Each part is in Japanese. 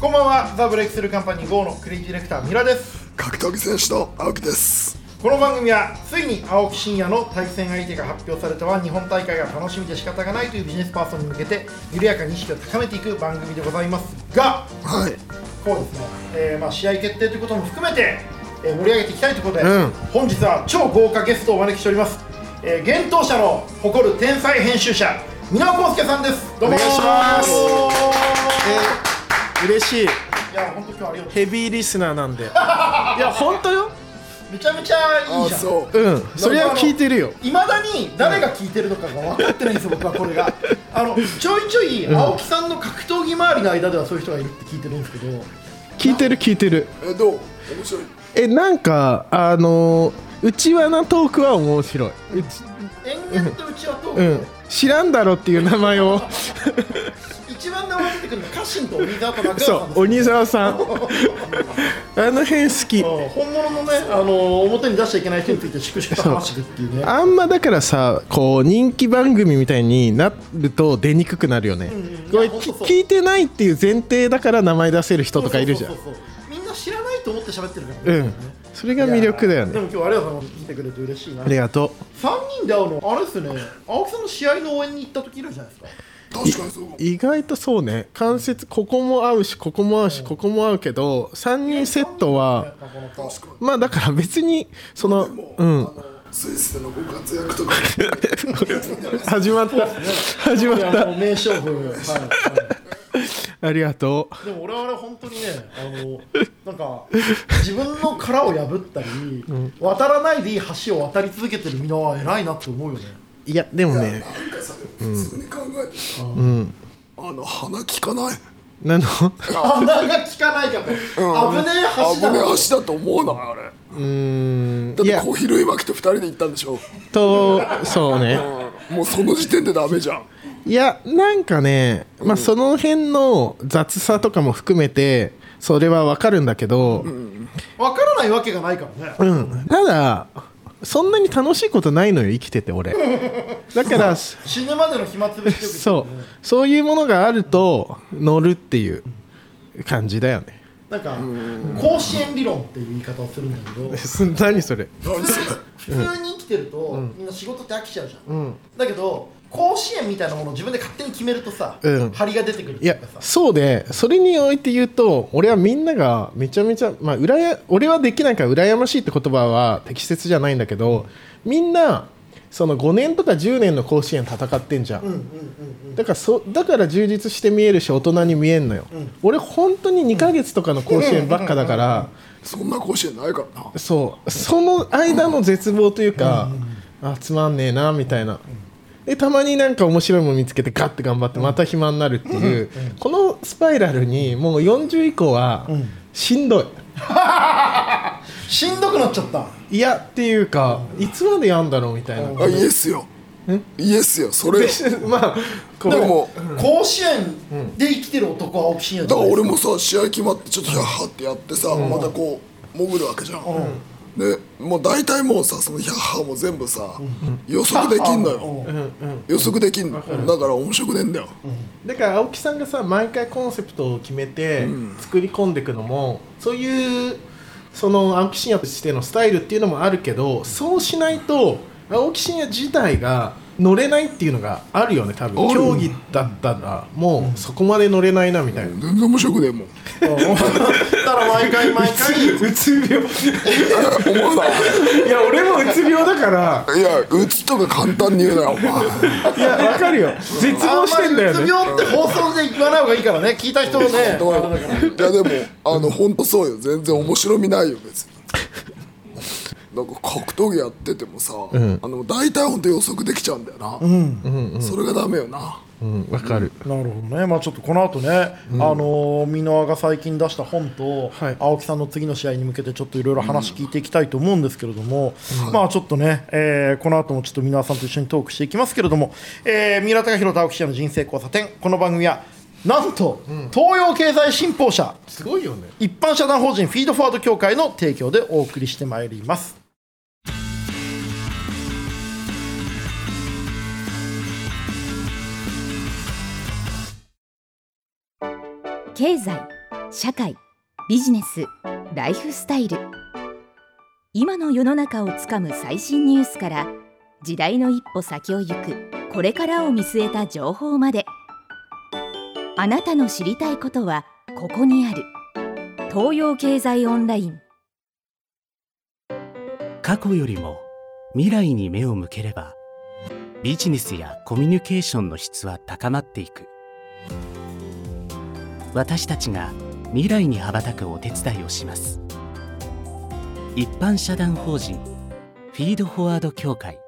こんばんはザ・ブレイクスルーカンパニー GO のクリエイティブディレクターミラです格闘技選手の青木ですこの番組はついに青木真也の対戦相手が発表されたは日本大会が楽しみで仕方がないというビジネスパーソンに向けて緩やかに意識を高めていく番組でございますがはいこうですね、えーまあ、試合決定ということも含めて、えー盛り上げていきたいということで、うん本日は超豪華ゲストをお招きしております、えー、幻冬舎の誇る天才編集者皆尾康介さんですどうもお願いしますい嬉しいや本当今日ありがとうヘビーリスナーなんで いや本当よめちゃめちゃいいじゃんそううんそれは聞いてるよいまだに誰が聞いてるのかが分かってないんですよ、僕はこ れが。あのちょいちょい青木さんの格闘技周りの間ではそういう人がいるって聞いてるんですけど、聞いてる聞いてるえどう面白いえなんかあのうちわなトークは面白いうち延々とうちはと、うん知らんだろっていう名前 を一番名前出てくるのは家臣と鬼沢と中川そさんうで鬼沢さ んあの辺好きすうん本物のね、あの表に出しちゃいけない人について粛々と話していくっていうね。あんまだからさこう人気番組みたいになると出にくくなるよね、うんこれいやほんときそう聞いてないっていう前提だから名前出せる人とかいるじゃんそうそうそうそうみんな知らないと思って喋ってるから、うんそれが魅力だよでねも今日ありがとうございます。来てくれて嬉しいな。ありがと三人で会うの、あれですね、青木さんの試合の応援に行った時以来じゃないですか。確かにそうう意外とそうね関節ここも合うしここも合うしここも合うけど3人セットはなかなか確かにまあだから別にそのもう、うんあのスイスでのご活躍とか始まった始まっいやたもう名勝負、はいはいありがとでも俺は本当にねあのなんか自分の殻を破ったり、渡らないでいい橋を渡り続けてるみんなは偉いなって思うよねういやでもねなんかさ普通に考えてさ、あの鼻利かないなの穴が効かないから、危ねえ橋だ危ねなえ橋だと思うなあれうんいだっやて小比類巻と二人で行ったんでしょ、とそうねもうその時点でダメじゃんいやなんかね、まあ、その辺の雑さとかも含めてそれはわかるんだけど、うん分からないわけがないからね、ただそんなに楽しいことないのよ生きてて俺だ からそ死ぬまでの暇つぶしってよく言ってるよねうそういうものがあると乗るっていう感じだよねなんか甲子園理論っていう言い方をするんだけど 何それ何それ普通に生きてると、みんな仕事って飽きちゃうじゃん、だけど甲子園みたいなものを自分で勝手に決めるとさ、うん張りが出てくるっていやうかさそうでそれにおいて言うと俺はみんながめちゃめちゃ、まあ、うらや俺はできないから羨ましいって言葉は適切じゃないんだけどみんなその5年とか10年の甲子園戦ってんじゃん,、だからそだから充実して見えるし大人に見えんのよ、俺本当に2ヶ月とかの甲子園ばっかだから、そんな甲子園ないからなそうその間の絶望というか、あつまんねえなみたいな、でたまになんか面白いもの見つけてガッて頑張ってまた暇になるっていう、このスパイラルにもう40以降はしんどい、しんどくなっちゃったいやっていうかいつまでやんだろうみたいな、あイエスよイエスよそれよ まあこでうも甲子園で生きてる男は青木真也だからない俺もさ試合決まってちょっとヒャッハってやってさ、またこう潜るわけじゃん、でもう大体もうさそのヒャッハも全部さ、予測できんのよ、予測できんの、だから面白くねえんだよ、だから青木さんがさ毎回コンセプトを決めて作り込んでいくのも、そういうその青木真也としてのスタイルっていうのもあるけどそうしないと青木真也自体が乗れないっていうのがあるよね多分ある競技だったらもうそこまで乗れないなみたいな、全然面白くねえもんだから毎 回毎回うつ病思うないや俺もうつ病だからいや打つとか簡単に言うなよお前いやわかるよ絶望してんだよあんまりうねつ病って放送で言わない方がいいからね聞いた人もねどういやでもあの本当そうよ全然面白みないよ別になんか格闘技やっててもさ、あの大体本当予測できちゃうんだよな、それがダメよなうんわかるなるほどね、まあ、ちょっとこの後ね、あのー箕輪が最近出した本と、はい青木さんの次の試合に向けて、ちょっといろいろ話聞いていきたいと思うんですけれども、まあちょっとね、えーこの後もちょっと箕輪さんと一緒にトークしていきますけれども、えー、三浦貴大と青木氏の人生交差点、この番組は、なんと、東洋経済新報社、すごいよね一般社団法人フィードフォワード協会の提供でお送りしてまいります。経済社会ビジネスライフスタイル今の世の中をつかむ最新ニュースから時代の一歩先を行くこれからを見据えた情報まであなたの知りたいことはここにある東洋経済オンライン過去よりも未来に目を向ければビジネスやコミュニケーションの質は高まっていく私たちが未来に羽ばたくお手伝いをします一般社団法人フィードフォワード協会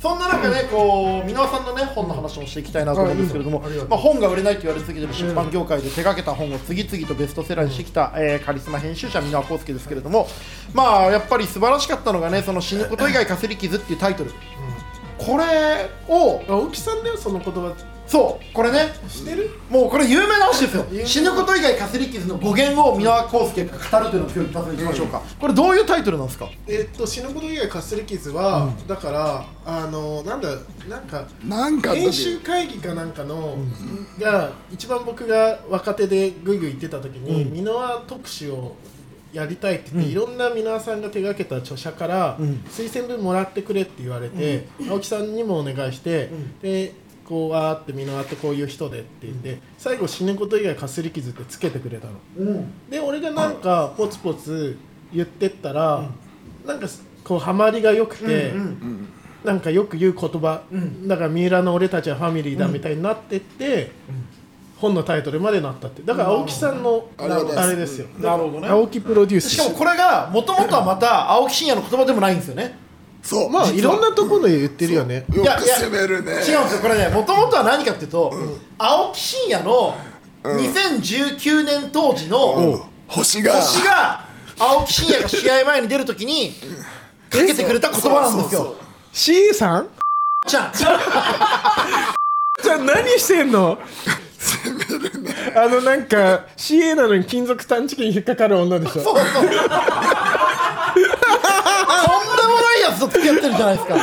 そんな中ね、こう箕輪さんのね本の話もしていきたいなと思うんですけれども、あいいねありがとうまあ、本が売れないと言われ続けてる出版業界で手掛けた本を次々とベストセラーにしてきた、えーカリスマ編集者箕輪康介ですけれども、まあやっぱり素晴らしかったのがね「その死ぬこと以外かすり傷」っていうタイトル、これを青木さんだよその言葉そうこれねしてるもうこれ有名な話ですよ有名死ぬこと以外かすり傷の語源を箕輪康介が語るというのを今日一発でいきましょうか、これどういうタイトルなんですかえっと死ぬこと以外かすり傷は、だからあのなんだなんかなんかあった編時集会議かなんかの、が一番僕が若手でぐいぐい行ってた時に箕輪、特集をやりたいって言って、いろんな箕輪さんが手がけた著者から、推薦文もらってくれって言われて、青木さんにもお願いして、でこうわーって箕輪ってこういう人でって言って、最後死ぬこと以外かすり傷ってつけてくれたの。で俺がなんかポツポツ言ってったら、なんかこうハマりが良くて、なんかよく言う言葉、だから三浦の俺たちはファミリーだみたいになってって、本のタイトルまでなったってだから青木さんのあなるほどれですよ、なるほどね青木プロデュースしかもこれがもともとはまた青木真也の言葉でもないんですよねそうまあい実はろんなところで言ってるよね、いよやくいや攻めるね違うんですよこれねもともとは何かっていうと、青木真也の2019年当時の星が星が青木真也が試合前に出るときにかけてくれた言葉なんですそうそうよ。 C さんちゃんじゃあ何してんのあのなんか CA なのに金属探知機に引っかかる女でしょそうそうとんでもないやつと付き合ってるじゃないですか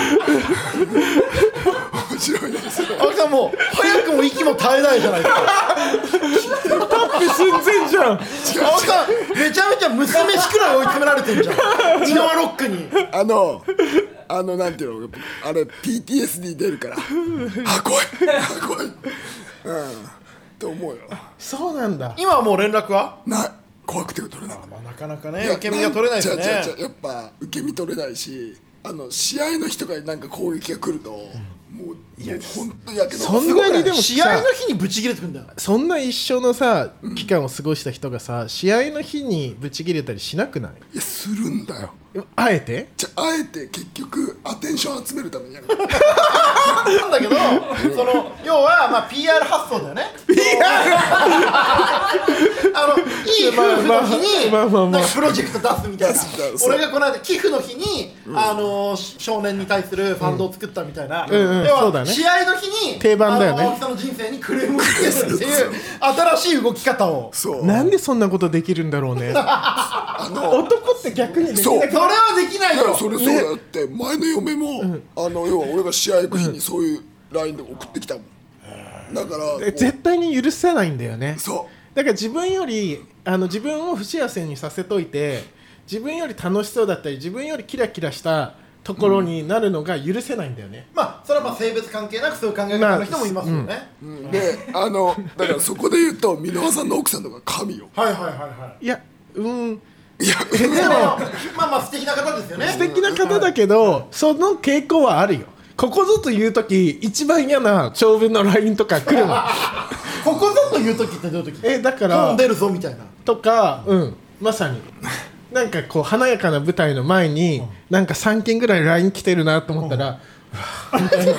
面白いですよ青木さんもう早くも息も絶えないじゃないですかタップ寸前じゃん青木さんめちゃめちゃ娘しくらい追い詰められてるじゃ んイワロックにあのあのなんていうのやっぱあれ PTSD 出るからあ怖いあ怖いうんと思うよそうなんだ今はもう連絡は、ない怖くて取れないまあ、なかなかね受け身が取れないですねや違う違う違うやっぱ受け身取れないしあの試合の日とかになんか攻撃が来ると、もういや本当にやけどそんなにでもさ試合の日にブチ切れてくんだよそんな一生のさ期間を過ごした人がさ試合の日にブチ切れたりしなくないいやするんだよあえてじゃああえて結局アテンション集めるためにやるなんだけ ど、その要はまあ PR 発想だよね。あのいい夫婦の日にまあまあまあまあまあなんかプロジェクト出すみたいな出す出。す俺がこの間寄付の日にあのーし少年に対するファンドを作ったみたいな。要うんうんそうだはね試合の日に定番だよねあの青木さんの人生にクレームをつけるっていう新しい動き方を。そうなんでそんなことできるんだろ うね男って逆にできそうないそれはできないいやよ。それそうだって前の嫁も、あの要は俺が試合行く日にそういう LINE で送ってきたもんだからえ絶対に許さないんだよねそだから自分よりあの自分を不幸せにさせといて自分より楽しそうだったり自分よりキラキラしたところになるのが許せないんだよね、まあそれはまあ性別関係なくそういう考え方の人もいますよね。う、うんであのだからそこで言うと箕輪さんの奥さんとか神よはいはいはいはい。いやうんいやでもまあまあ素敵な方ですよね。素敵な方だけどその傾向はあるよここぞという時一番嫌な長文の LINE とか来るのここぞという時ってどういう時えだか飛らんでるぞみたいなとかうんまさになんかこう華やかな舞台の前に、なんか3件ぐらい LINE 来てるなと思ったら、だからこれ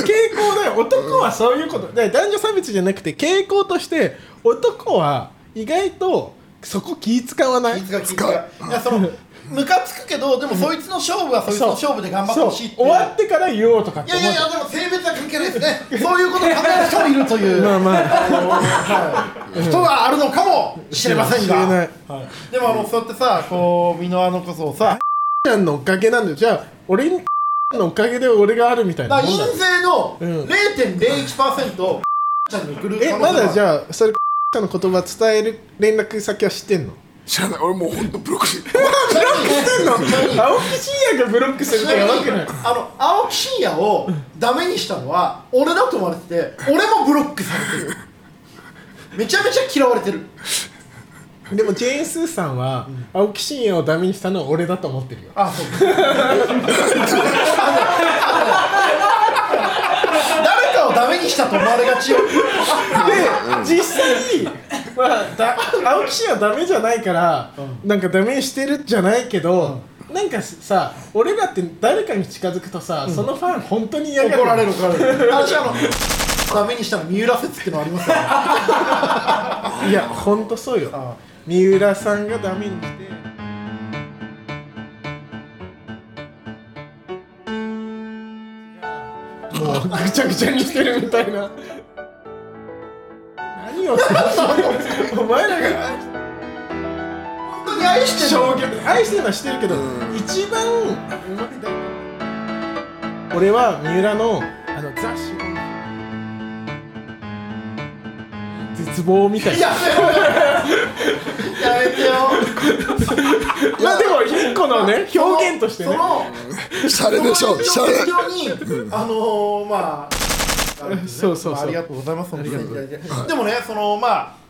傾向だよ男はそういうことで男女差別じゃなくて傾向として男は意外とそこ気使わないいつか聞いたいやそのムカつくけどでもそいつの勝負はそいつの勝負で頑張ってほしいってそういう終わってから言おうとかっいやて思いうやいやでも性別は関係ないですねそういうことを考える人もいるというまあまあ人があるのかもしれません知れながいでもあのそうやってさこう箕輪のこそさちゃんのおかげなんだよじゃあ俺にのおかげで俺があるみたいだなからもんだ陰性のうん0.01%ちゃんに送る可え能性がまだじゃあそれの言葉伝える連絡先は知ってんの知らない俺もうほんとブロッ クしてちなみにちなみに青木真也がブロックするちっなてみやにばくないあの青木真也をダメにしたのは俺だと思われてて俺もブロックされてるめちゃめちゃ嫌われてるでもジェーン・スーさんは青木真也をダメにしたのは俺だと思ってるよあそう誰かをダメにしたと思われがちよで実際、まあ、だ青木真也はダメじゃないから、なんかダメにしてるじゃないけど、なんかさ俺らって誰かに近づくとさ、そのファン本当に嫌がる怒られる怒られる私あのダメにしたの三浦説ってのありますよねいや本当そうよあ三浦さんがダメにしてもうぐちゃぐちゃにしてるみたいな何をってお前らが本当に愛してる衝撃愛してるのはしてるけど一番うまいだ俺は三浦のあの雑誌絶望みたいなやめろやめてよまあでも一個の ね表現としてそねのるシャレでしょシャレ状況に、あのー、まあ、そうそうそうまあありがとうございます、本当にいただいて。でもね、その、まあ、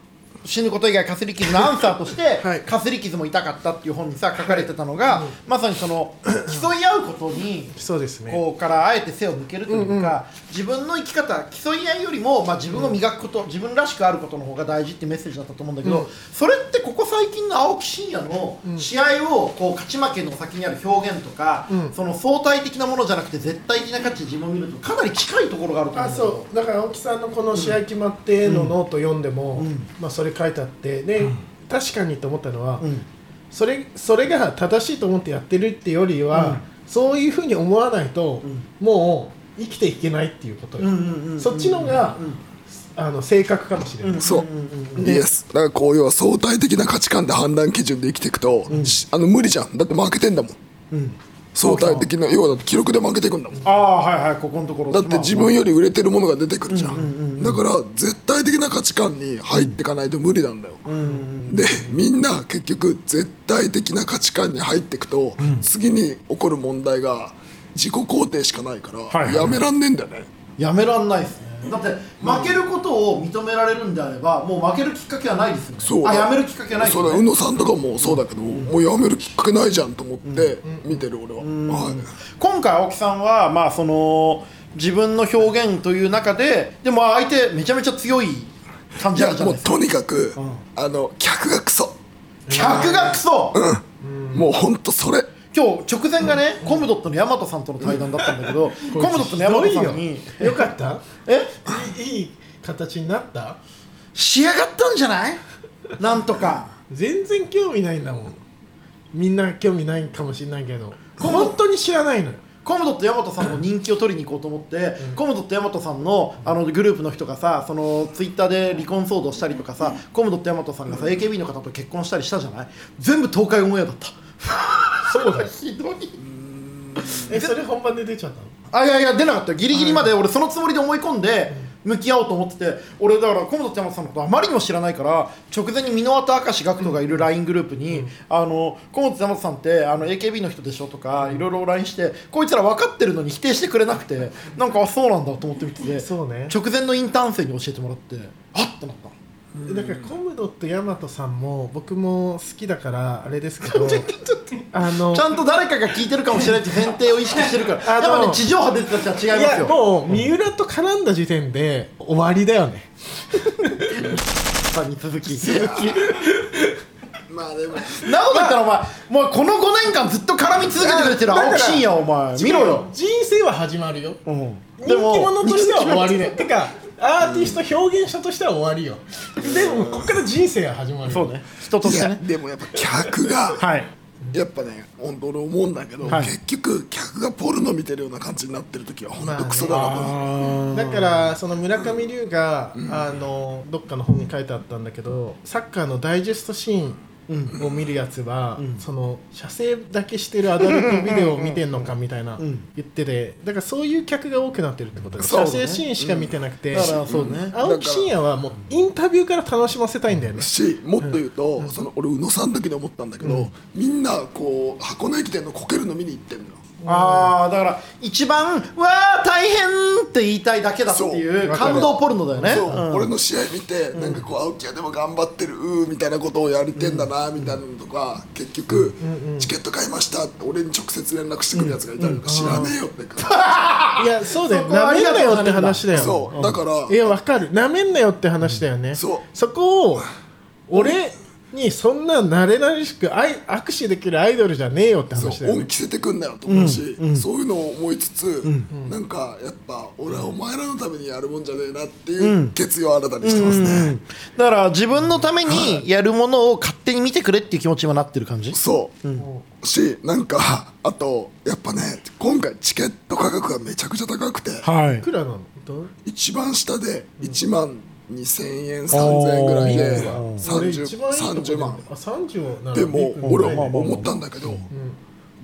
死ぬこと以外かすり傷のアンサーとして、はいかすり傷も痛かったっていう本にさ書かれてたのが、まさにそ の競い合うことにそうですねこうからあえて背を向けるというか、自分の生き方競い合いよりも、まあ、自分を磨くこと、自分らしくあることの方が大事ってメッセージだったと思うんだけど、それってここ最近の青木真也の試合をこう勝ち負けの先にある表現とか、んその相対的なものじゃなくて絶対的な価値で自分を見るとかなり近いところがあると思うあんだけどそうだから青木さんのこの試合決まってのノート読んでも、まあ、それ書いてあってで、確かにと思ったのは、んそれそれが正しいと思ってやってるってよりは、そういうふうに思わないと、もう生きていけないっていうことよ、うんうんうんうんそっちのが、あの正確かもしれない、そう、イエスだからこう要は相対的な価値観で判断基準で生きていくと、しあの無理じゃんだって負けてんだもん、相対的な要はだって記録で負けていくんだもんああはいはいここのところだって自分より売れてるものが出てくるじゃんだから絶対的な価値観に入っていかないと無理なんだよでみんな結局絶対的な価値観に入っていくと次に起こる問題が自己肯定しかないからはいやめらんねえんだよねやめらんないですねだって負けることを認められるんであればもう負けるきっかけはないですよねそうあやめるきっかけはないですそよねれ宇野さんとかもそうだけどもうやめるきっかけないじゃんと思って見てる俺ははい今回青木さんはまあその自分の表現という中ででも相手めちゃめちゃ強い感いじあやるじゃもないでうすかとにかくあの客がクソ客がクソもうほんとそれ今日直前がねコムドットの大和さんとの対談だったんだけどコムドットの大和さんにひどいよよかったえいいいい形になった仕上がったんじゃないなんとか全然興味ないんだもんみんな興味ないかもしれないけど本当に知らないのよコムドットヤマトさんの人気を取りに行こうと思って、コムドットヤマトさんのあのグループの人がさそのツイッターで離婚騒動したりとかさ、コムドットヤマトさんがさ AKB の方と結婚したりしたじゃない全部東海オンエアだったそうだよ ひどいえそれ本番で出ちゃったのあいやいや出なかったギリギリまで俺そのつもりで思い込んで向き合おうと思ってて俺だから河本ちゃんさんのことあまりにも知らないから直前に箕輪と明石学徒がいる LINE グループに「あの河本ちゃんさんってあの AKB の人でしょ」とかいろいろ LINE してこいつら分かってるのに否定してくれなくてなんかあそうなんだと思って見ててそうね直前のインターン生に教えてもらってあっってなっただからコムドットヤマトさんも僕も好きだからあれですけどあ のちゃんと誰かが聞いてるかもしれないって前提を意識してるからやあっのぱね地上波出てた人は違いますやよもう三浦と絡んだ時点で終わりだよねさあに続 きまあでもなこと言ったらお前、もうこの5年間ずっと絡み続けてくれてるだから青木真也お前見ろよ、人生は始まるようん、人気者としては終わりだよてかアーティスト表現者としては終わりよでもここから人生は始まるよそうね人といしてやねでもやっぱ客がはいやっぱね本当俺思うんだけど、はい結局客がポルノ見てるような感じになってる時は本当クソだなと思う、だからその村上龍が、あのどっかの本に書いてあったんだけどサッカーのダイジェストシーンを見るやつは、その射精だけしてるアダルトビデオを見てんのかみたいな言っててだからそういう客が多くなってるってことです、そう射ね精シーンしか見てなくて、だからそうね青木真也はもうインタビューから楽しませたいんだよね。しもっと言うと、その俺宇野さんの時に思ったんだけど、みんなこう箱根駅伝のこけるの見に行ってんのああだから一番「わあ大変!」って言いたいだけだっていうそう感動ポルノだよねそうう、ん俺の試合見て、なんかこう青木はでも頑張ってるうーみたいなことをやれてんだなみたいなのとか結局、チケット買いましたって俺に直接連絡してくるやつがいたりとか知らねえよって感いやそうだよそこはなあめりんがとなうよって話だよじ、そうだから、いやわかるなめんなよって話だよね、そうこを俺にそんな慣れ慣れしくあい握手できるアイドルじゃねえよって話だよ恩ね着せてくんなよと思うし、そういうのを思いつつ、なんかやっぱ俺はお前らのためにやるもんじゃねえなっていう決意を新たにしてますね、だから自分のためにやるものを勝手に見てくれっていう気持ちにはなってる感じそう、しなんかあとやっぱね今回チケット価格がめちゃくちゃ高くてはいいくらなのどう一番下で1万2000円3000円ぐらいでお俺一番いいと30こ30万あ30ならでもビッグ俺なはんだよね思ったんだけど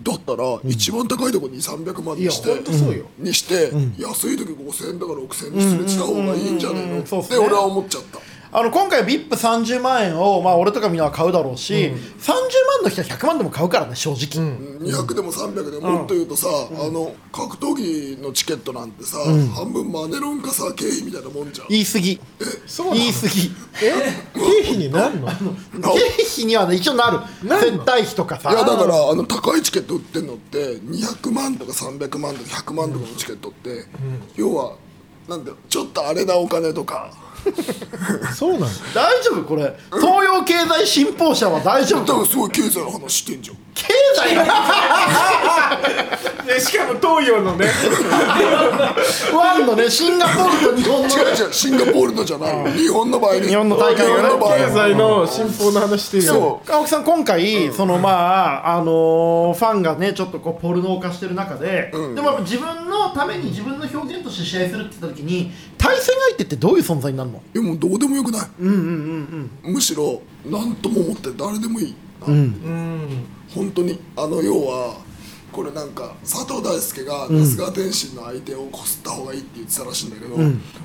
だったら一番高いとこに300万いにやして本当そうよにして安い時5000円だから6000円にすれした方がいいんじゃないのっそうっすねて俺は思っちゃったあの今回 VIP30 万円を、まあ、俺とかみんなは買うだろうし、30万の人は100万でも買うからね正直、 200でも300でももっと言うとさあの格闘技のチケットなんてさ半分マネロンかさ経費みたいなもんじゃん言い過ぎそうなの言い過ぎえ経費になるのあ経費にはね一応なるなるの接待費とかさいやだからあの高いチケット売ってるのって200万とか300万とか100万とかのチケットって、要はなんだろうちょっとあれなお金とかそうなの大丈夫これ東洋経済新報社は大丈だか夫らすごい経済の話してんじゃん経済の しかも東洋のねワンのねシンガポールと日本の違う違うシンガポールのじゃないの日本の場合ね日本の大会日がね本の場合経済の進歩の話してるよそ青木さん今回、そのまああのーファンがねちょっとこうポルノ化してる中で、でもやっぱ自分のために自分の表現として試合するって言った時に対戦相手ってどういう存在になるのういやもうどうでもよくない、むしろ何とも思って誰でもいい、本当にあの要はこれなんか佐藤大輔が那須川天心の相手をこすった方がいいって言ってたらしいんだけど、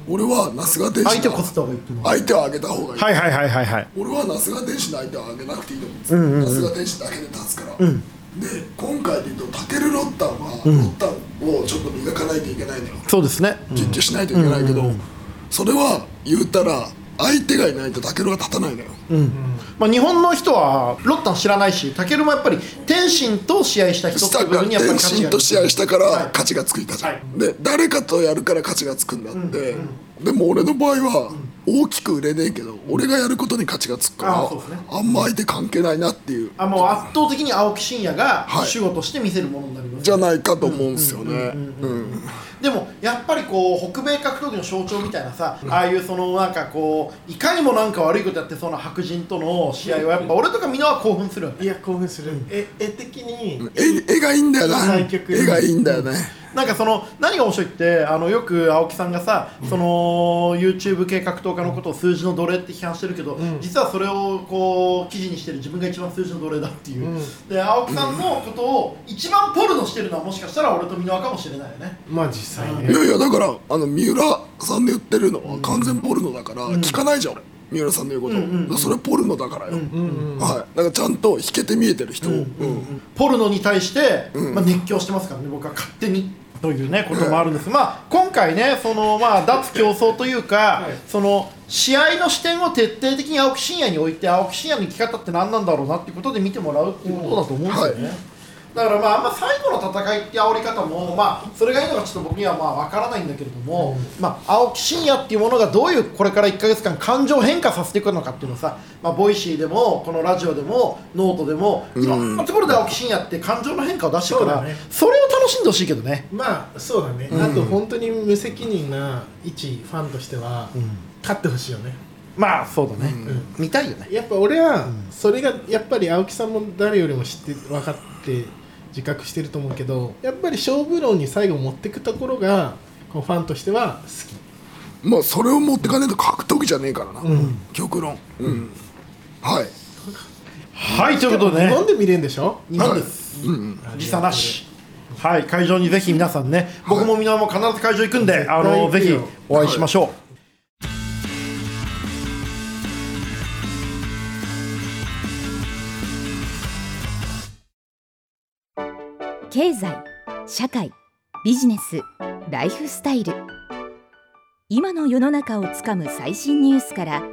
俺は那須川天心の相手をこすった方がいいっていうのは相手を上げた方がいい、はいはいはいはい俺は那須川天心の相手を上げなくていいと思うんです、那須川天心だけで立つから、で今回で言うとタケル・ロッタンは、ロッタンをちょっと磨かないといけないのよそうですね緊張しないといけないけど、それは言うたら相手がいないとタケルは立たないのよ、まあ、日本の人はロッタン知らないし、タケルもやっぱり天心と試合した人って下いう部が分にやっぱり天勝ち心がと試合したからはい勝ちがつくいたじゃん、はいで誰かとやるから勝ちがつくんだって、でも俺の場合は大きく売れねえけど俺がやることに勝ちがつくからあそうですねあんま相手関係ないなっていうあもう圧倒的に青木真也がはい主語として見せるものになります、じゃないかと思うんですよね。うんでもやっぱりこう北米格闘技の象徴みたいなさ、ああいうそのなんかこういかにもなんか悪いことやってそうな白人との試合はやっぱ俺とかみんなは興奮するよねいや興奮するえ絵的に絵絵がいいんだよな。対局絵がいいんだよね。なんかその何が面白いってあのよく青木さんがさ、その YouTube 系格闘家のことを数字の奴隷って批判してるけど、実はそれをこう記事にしてる自分が一番数字の奴隷だっていう、で青木さんのことを一番ポルノしてるのはもしかしたら俺と箕輪かもしれないよねまあ実際いねやいやだからあの三浦さんで言ってるのは完全ポルノだから聞かないじゃん。三浦さんの言うこと、だからそれポルノだからよ、はい、なんかちゃんと引けて見えてる人、うんポルノに対して、まあ、熱狂してますからね僕は勝手にというねこともあるんです、まあ今回ねそのまあ脱競争というか、その試合の視点を徹底的に青木真也に置いて青木真也の生き方って何なんだろうなっていうことで見てもらうっていうことだと思うんですよね、はいだからまああんま最後の戦いって煽り方もまあそれがいいのかちょっと僕にはまあわからないんだけれども、まあ青木真也っていうものがどういうこれから1か月間感情変化させていくのかっていうのをさ、まあボイシーでもこのラジオでもノートでもいろんなところで青木真也って感情の変化を出していくからそうだねそれを楽しんでほしいけどね。まあそうだね、あと本当に無責任な一ファンとしては、勝ってほしいよねまあそうだね、見たいよねやっぱ俺はそれがやっぱり青木さんも誰よりも知って分かって自覚してると思うけどやっぱり勝負論に最後持ってくところがこうファンとしては好きまあそれを持ってかないと格闘技じゃねえからな、極論、うんはいはいということでね日本で見れるんでしょ日本です、時差なしはい会場にぜひ皆さんね僕も皆も必ず会場行くんで、あの行くぜよひお会いしましょう、経済社会ビジネスライフスタイル今の世の中をつかむ最新ニュースから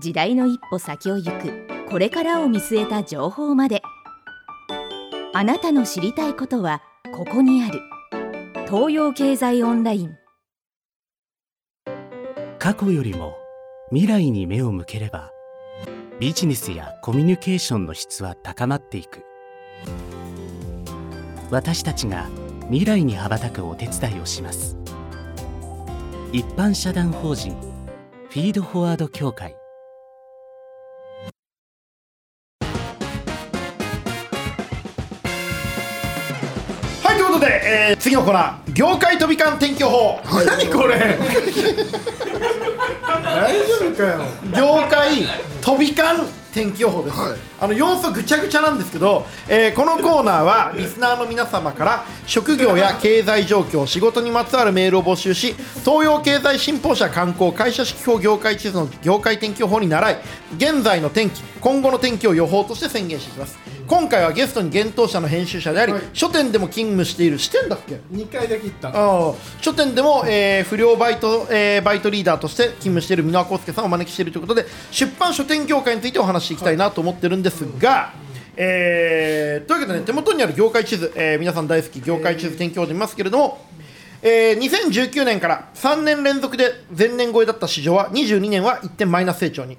時代の一歩先を行くこれからを見据えた情報まであなたの知りたいことはここにある東洋経済オンライン過去よりも未来に目を向ければビジネスやコミュニケーションの質は高まっていく私たちが未来に羽ばたくお手伝いをします一般社団法人フィードフォワード協会はいということで、えー次のコーナー業界飛び間天気予報、はい何こ れ大丈夫かよ業界飛び間天気予報です、はいあの要素ぐちゃぐちゃなんですけど、えーこのコーナーはリスナーの皆様から職業や経済状況仕事にまつわるメールを募集し東洋経済新報社観光会社指揮法業界地図の業界天気予報に習い現在の天気今後の天気を予報として宣言していきます今回はゲストに厳冬者の編集者であり、はい書店でも勤務している支店だっけ2回だけ行ったああ書店でも、えー不良バイト、えーバイトリーダーとして勤務している箕輪康介さんをお招きしているということで出版書店業界についてお話していきたいなと思ってるんですが、えーというわけで、ね、手元にある業界地図、えー皆さん大好き業界地図天気予報で見ますけれども、えー2019年から3年連続で前年超えだった市場は22年は1点マイナス成長に。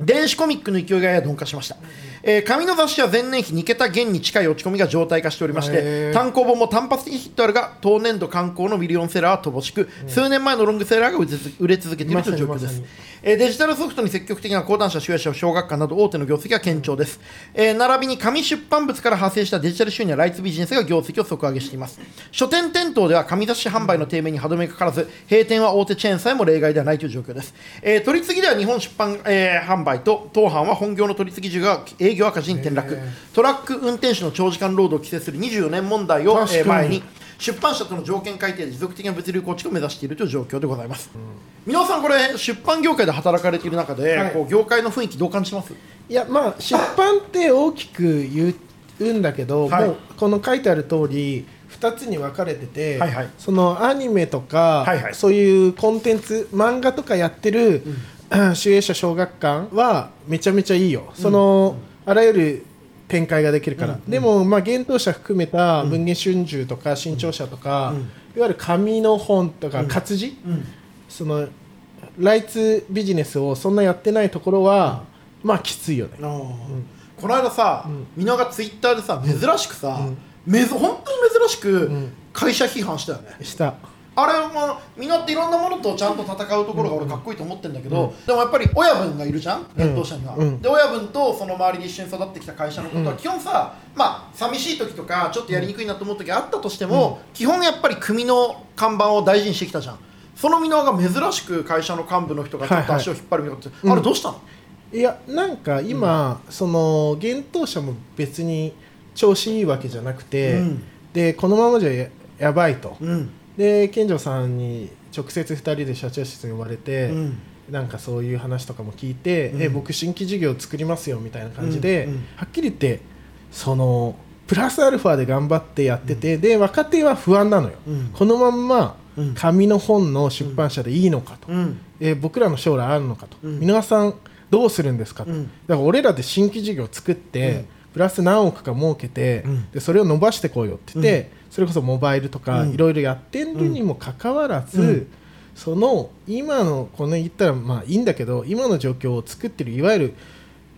電子コミックの勢いがやや鈍化しました、えー紙の雑誌は前年比2桁減に近い落ち込みが常態化しておりましへてー単行本も単発的ヒットあるが当年度刊行のミリオンセラーは乏しく、数年前のロングセラーが売れ続売れ続けているという状況でまさすにま、えーデジタルソフトに積極的な講談社、集英社、小学館など大手の業績が堅調です、えー並びに紙出版物から派生したデジタル収入やライツビジネスが業績を底上げしています書店店頭では紙雑誌販売の低迷に歯止めがかからず閉店は大手チェーンさえも例外ではないという状況です、えー取り次ぎでは日本出版、えー販売と当販は本業の取り次ぎ中が営業赤字に転落、トラック運転手の長時間労働を規制する24年問題を、確かにえー前に出版社との条件改定で持続的な物流構築を目指しているという状況でございます、皆さんこれ出版業界で働かれている中で、はいこう業界の雰囲気どう感じますいやまあ出版って大きく言うんだけど、はいもうこの書いてある通り2つに分かれてて、はいはいそのアニメとか、はいはいそういうコンテンツ漫画とかやってる、 集英社小学館はめちゃめちゃいいよ。その、あらゆる展開ができるから、でも、まあ、幻冬者含めた文藝春秋とか新潮社とか、いわゆる紙の本とか活字、そのライツビジネスをそんなやってないところは、まあきついよねこの間さ、みのがツイッターでさ珍しくさ、めず本当に珍しく会社批判したよね、したあれもみんなっていろんなものとちゃんと戦うところが俺かっこいいと思ってるんだけど、でもやっぱり親分がいるじゃん伝統者には、うんで親分とその周りで一緒に育ってきた会社のことは基本さ、まあ寂しい時とかちょっとやりにくいなと思う時あったとしても、基本やっぱり組の看板を大事にしてきたじゃんその箕輪が珍しく会社の幹部の人がちょっとはいはい足を引っ張るみたいなこと、うんあれどうしたの、いやなんか今、その幻冬者も別に調子いいわけじゃなくて、うんでこのままじゃややばいと、うんで健丈さんに直接2人で社長室に呼ばれて、うんなんかそういう話とかも聞いて、んえ僕新規事業作りますよみたいな感じで、うんうんはっきり言ってそのプラスアルファで頑張ってやってて、で若手は不安なのよ、うんこのまんまうん紙の本の出版社でいいのかと、うんえー僕らの将来あるのかと、ん箕輪さんどうするんですかと、うんだから俺らで新規事業作って、プラス何億か儲けて、んでそれを伸ばしてこうよって言って、それこそモバイルとかうんいろいろやってるにもかかわらず、うんその今のこの言ったらまあいいんだけど今の状況を作ってるいわゆる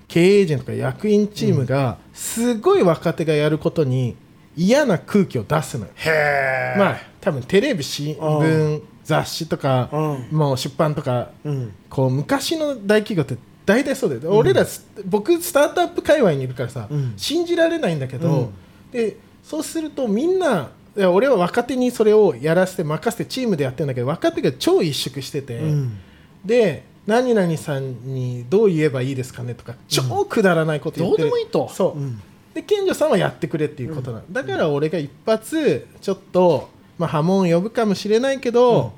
経営陣とか役員チームがすごい若手がやることに嫌な空気を出すのよ。へえまあ多分テレビ新聞雑誌とかうもう出版とかうんこう昔の大企業って大体そうだよ、俺らす僕スタートアップ界隈にいるからさ、うん信じられないんだけど、うんでそうするとみんないや俺は若手にそれをやらせて任せてチームでやってるんだけど若手が超一縮してて、うんで何々さんにどう言えばいいですかねとか超くだらないこと言ってる、どうでもいいとそう、で賢者さんはやってくれっていうことなの、だから俺が一発ちょっと、まあ、波紋呼ぶかもしれないけど、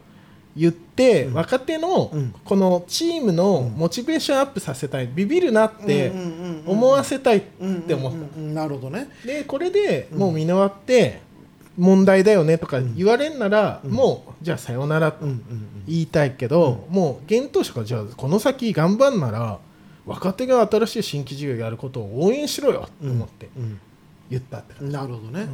言って、若手のうんこのチームのモチベーションアップさせたいビビるなってうんうんうんうん思わせたいって思った、うんうんうんなるほどねでこれでもう見終わって問題だよねとか言われんなら、もうじゃあさよならとうんうんうん言いたいけど、もう現当初からじゃあこの先頑張んなら若手が新しい新規事業やることを応援しろよと思ってうん言ったって感じ、なるほどね、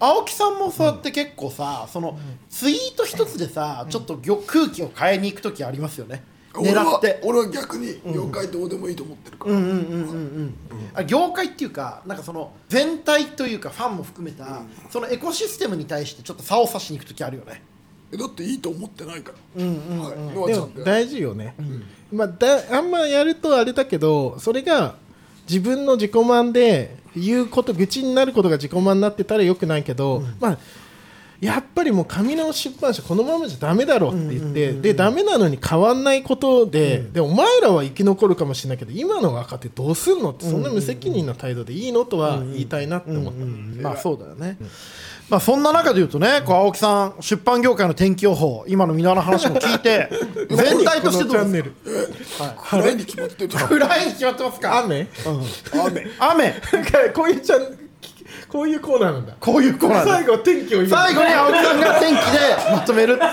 青木さんもそうやって結構さ、そのツイート一つでさ、ちょっとぎょ空気を変えに行く時ありますよね俺狙はって俺は逆に業界どうでもいいと思ってるから、うんうんうんうんうんあ業界っていうかなんかその全体というかファンも含めた、そのエコシステムに対してちょっと差を差しに行く時あるよねえだっていいと思ってないから、はい、ノアでちゃんもって大事よね、まあ、だあんまやるとあれだけどそれが自分の自己満で言うこと愚痴になることが自己満になってたらよくないけど、まあやっぱりもう紙の出版社このままじゃダメだろって言って、でダメなのに変わんないことで、でお前らは生き残るかもしれないけど今の若手どうすんのってそんな無責任な態度でいいのとは言いたいなって思った、まあそうだよね、まあそんな中で言うとねこう青木さん出版業界の天気予報今の皆の話も聞い て全体としてどこのチうャンでネすかル暗いに決まってるから暗いに決まってますか雨雨雨だから こういうチャン こういうコーナーなんだこういうコーナーで最後天気を言最後に青木さんが天気でまとめるっていう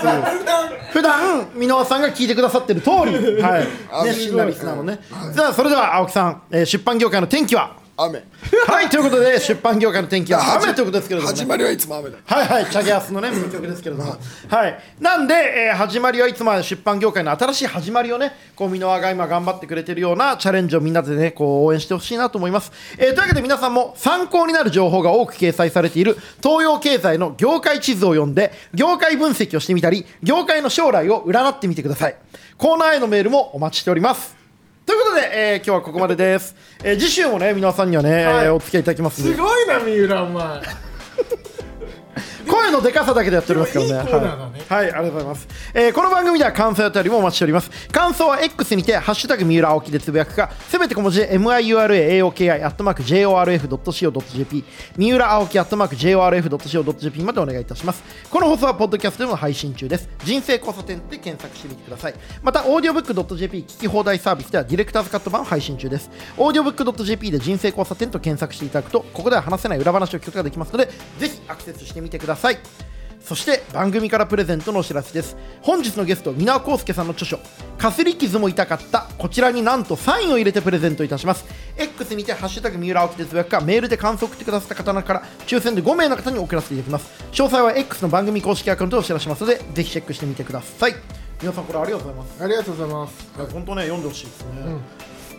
普段箕輪さんが聞いてくださってる通り、はい、熱心なリスナーのね、じゃあそれでは青木さん、えー出版業界の天気は 雨はいということで出版業界の天気は雨ということですけれども、ね始、まりはいつも雨だはいはい、チャゲアスのね、名曲ですけれども。はい。なんで、えー始まりはいつまで出版業界の新しい始まりをね、こう、箕輪が今頑張ってくれてるようなチャレンジをみんなでね、こう、応援してほしいなと思います。えーというわけで皆さんも参考になる情報が多く掲載されている、東洋経済の業界地図を読んで、業界分析をしてみたり、業界の将来を占ってみてください。コーナーへのメールもお待ちしております。ということで、えー今日はここまでです。えー次週もね、皆さんにはね、はいえーお付き合いいただきますんですごいな三浦お前声のでかさだけでやっておりますからね。でもいいコーナーだねはい、はいありがとうございます。えーこの番組では感想やお便りもお待ちしております。感想は X にて、ハッシュタグ三浦青木でつぶやくか、すべて小文字で miuraoki、アットマーク jorf.co.jp、三浦青木、アットマーク jorf.co.jp までお願いいたします。この放送は、ポッドキャストでも配信中です。人生交差点で検索してみてください。また、オーディオブック .jp 聞き放題サービスでは、ディレクターズカット版を配信中です。オーディオブック .jp で人生交差点と検索していただくと、ここでは話せない裏話を聞くことができますので、ぜひアクセスしてみてください。そして番組からプレゼントのお知らせです本日のゲスト皆康介さんの著書「かすり傷も痛かった」こちらになんとサインを入れてプレゼントいたします X にて「ハッシュタグ三浦青木でつぶやくかメールで感想を送ってくださった方の中から抽選で5名の方に送らせていただきます詳細は X の番組公式アカウントでお知らせしますのでぜひチェックしてみてください皆さんこれありがとうございますありがとうございますいや本当ね読んでほしいですね、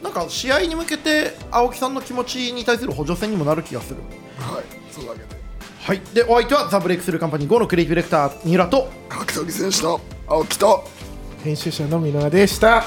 なんか試合に向けて青木さんの気持ちに対する補助線にもなる気がするはいそうだけではいでお相手はザ・ブレイクスルーカンパニー5のクリエイティブディレクター三浦と格闘技選手の青木と編集者の箕輪でした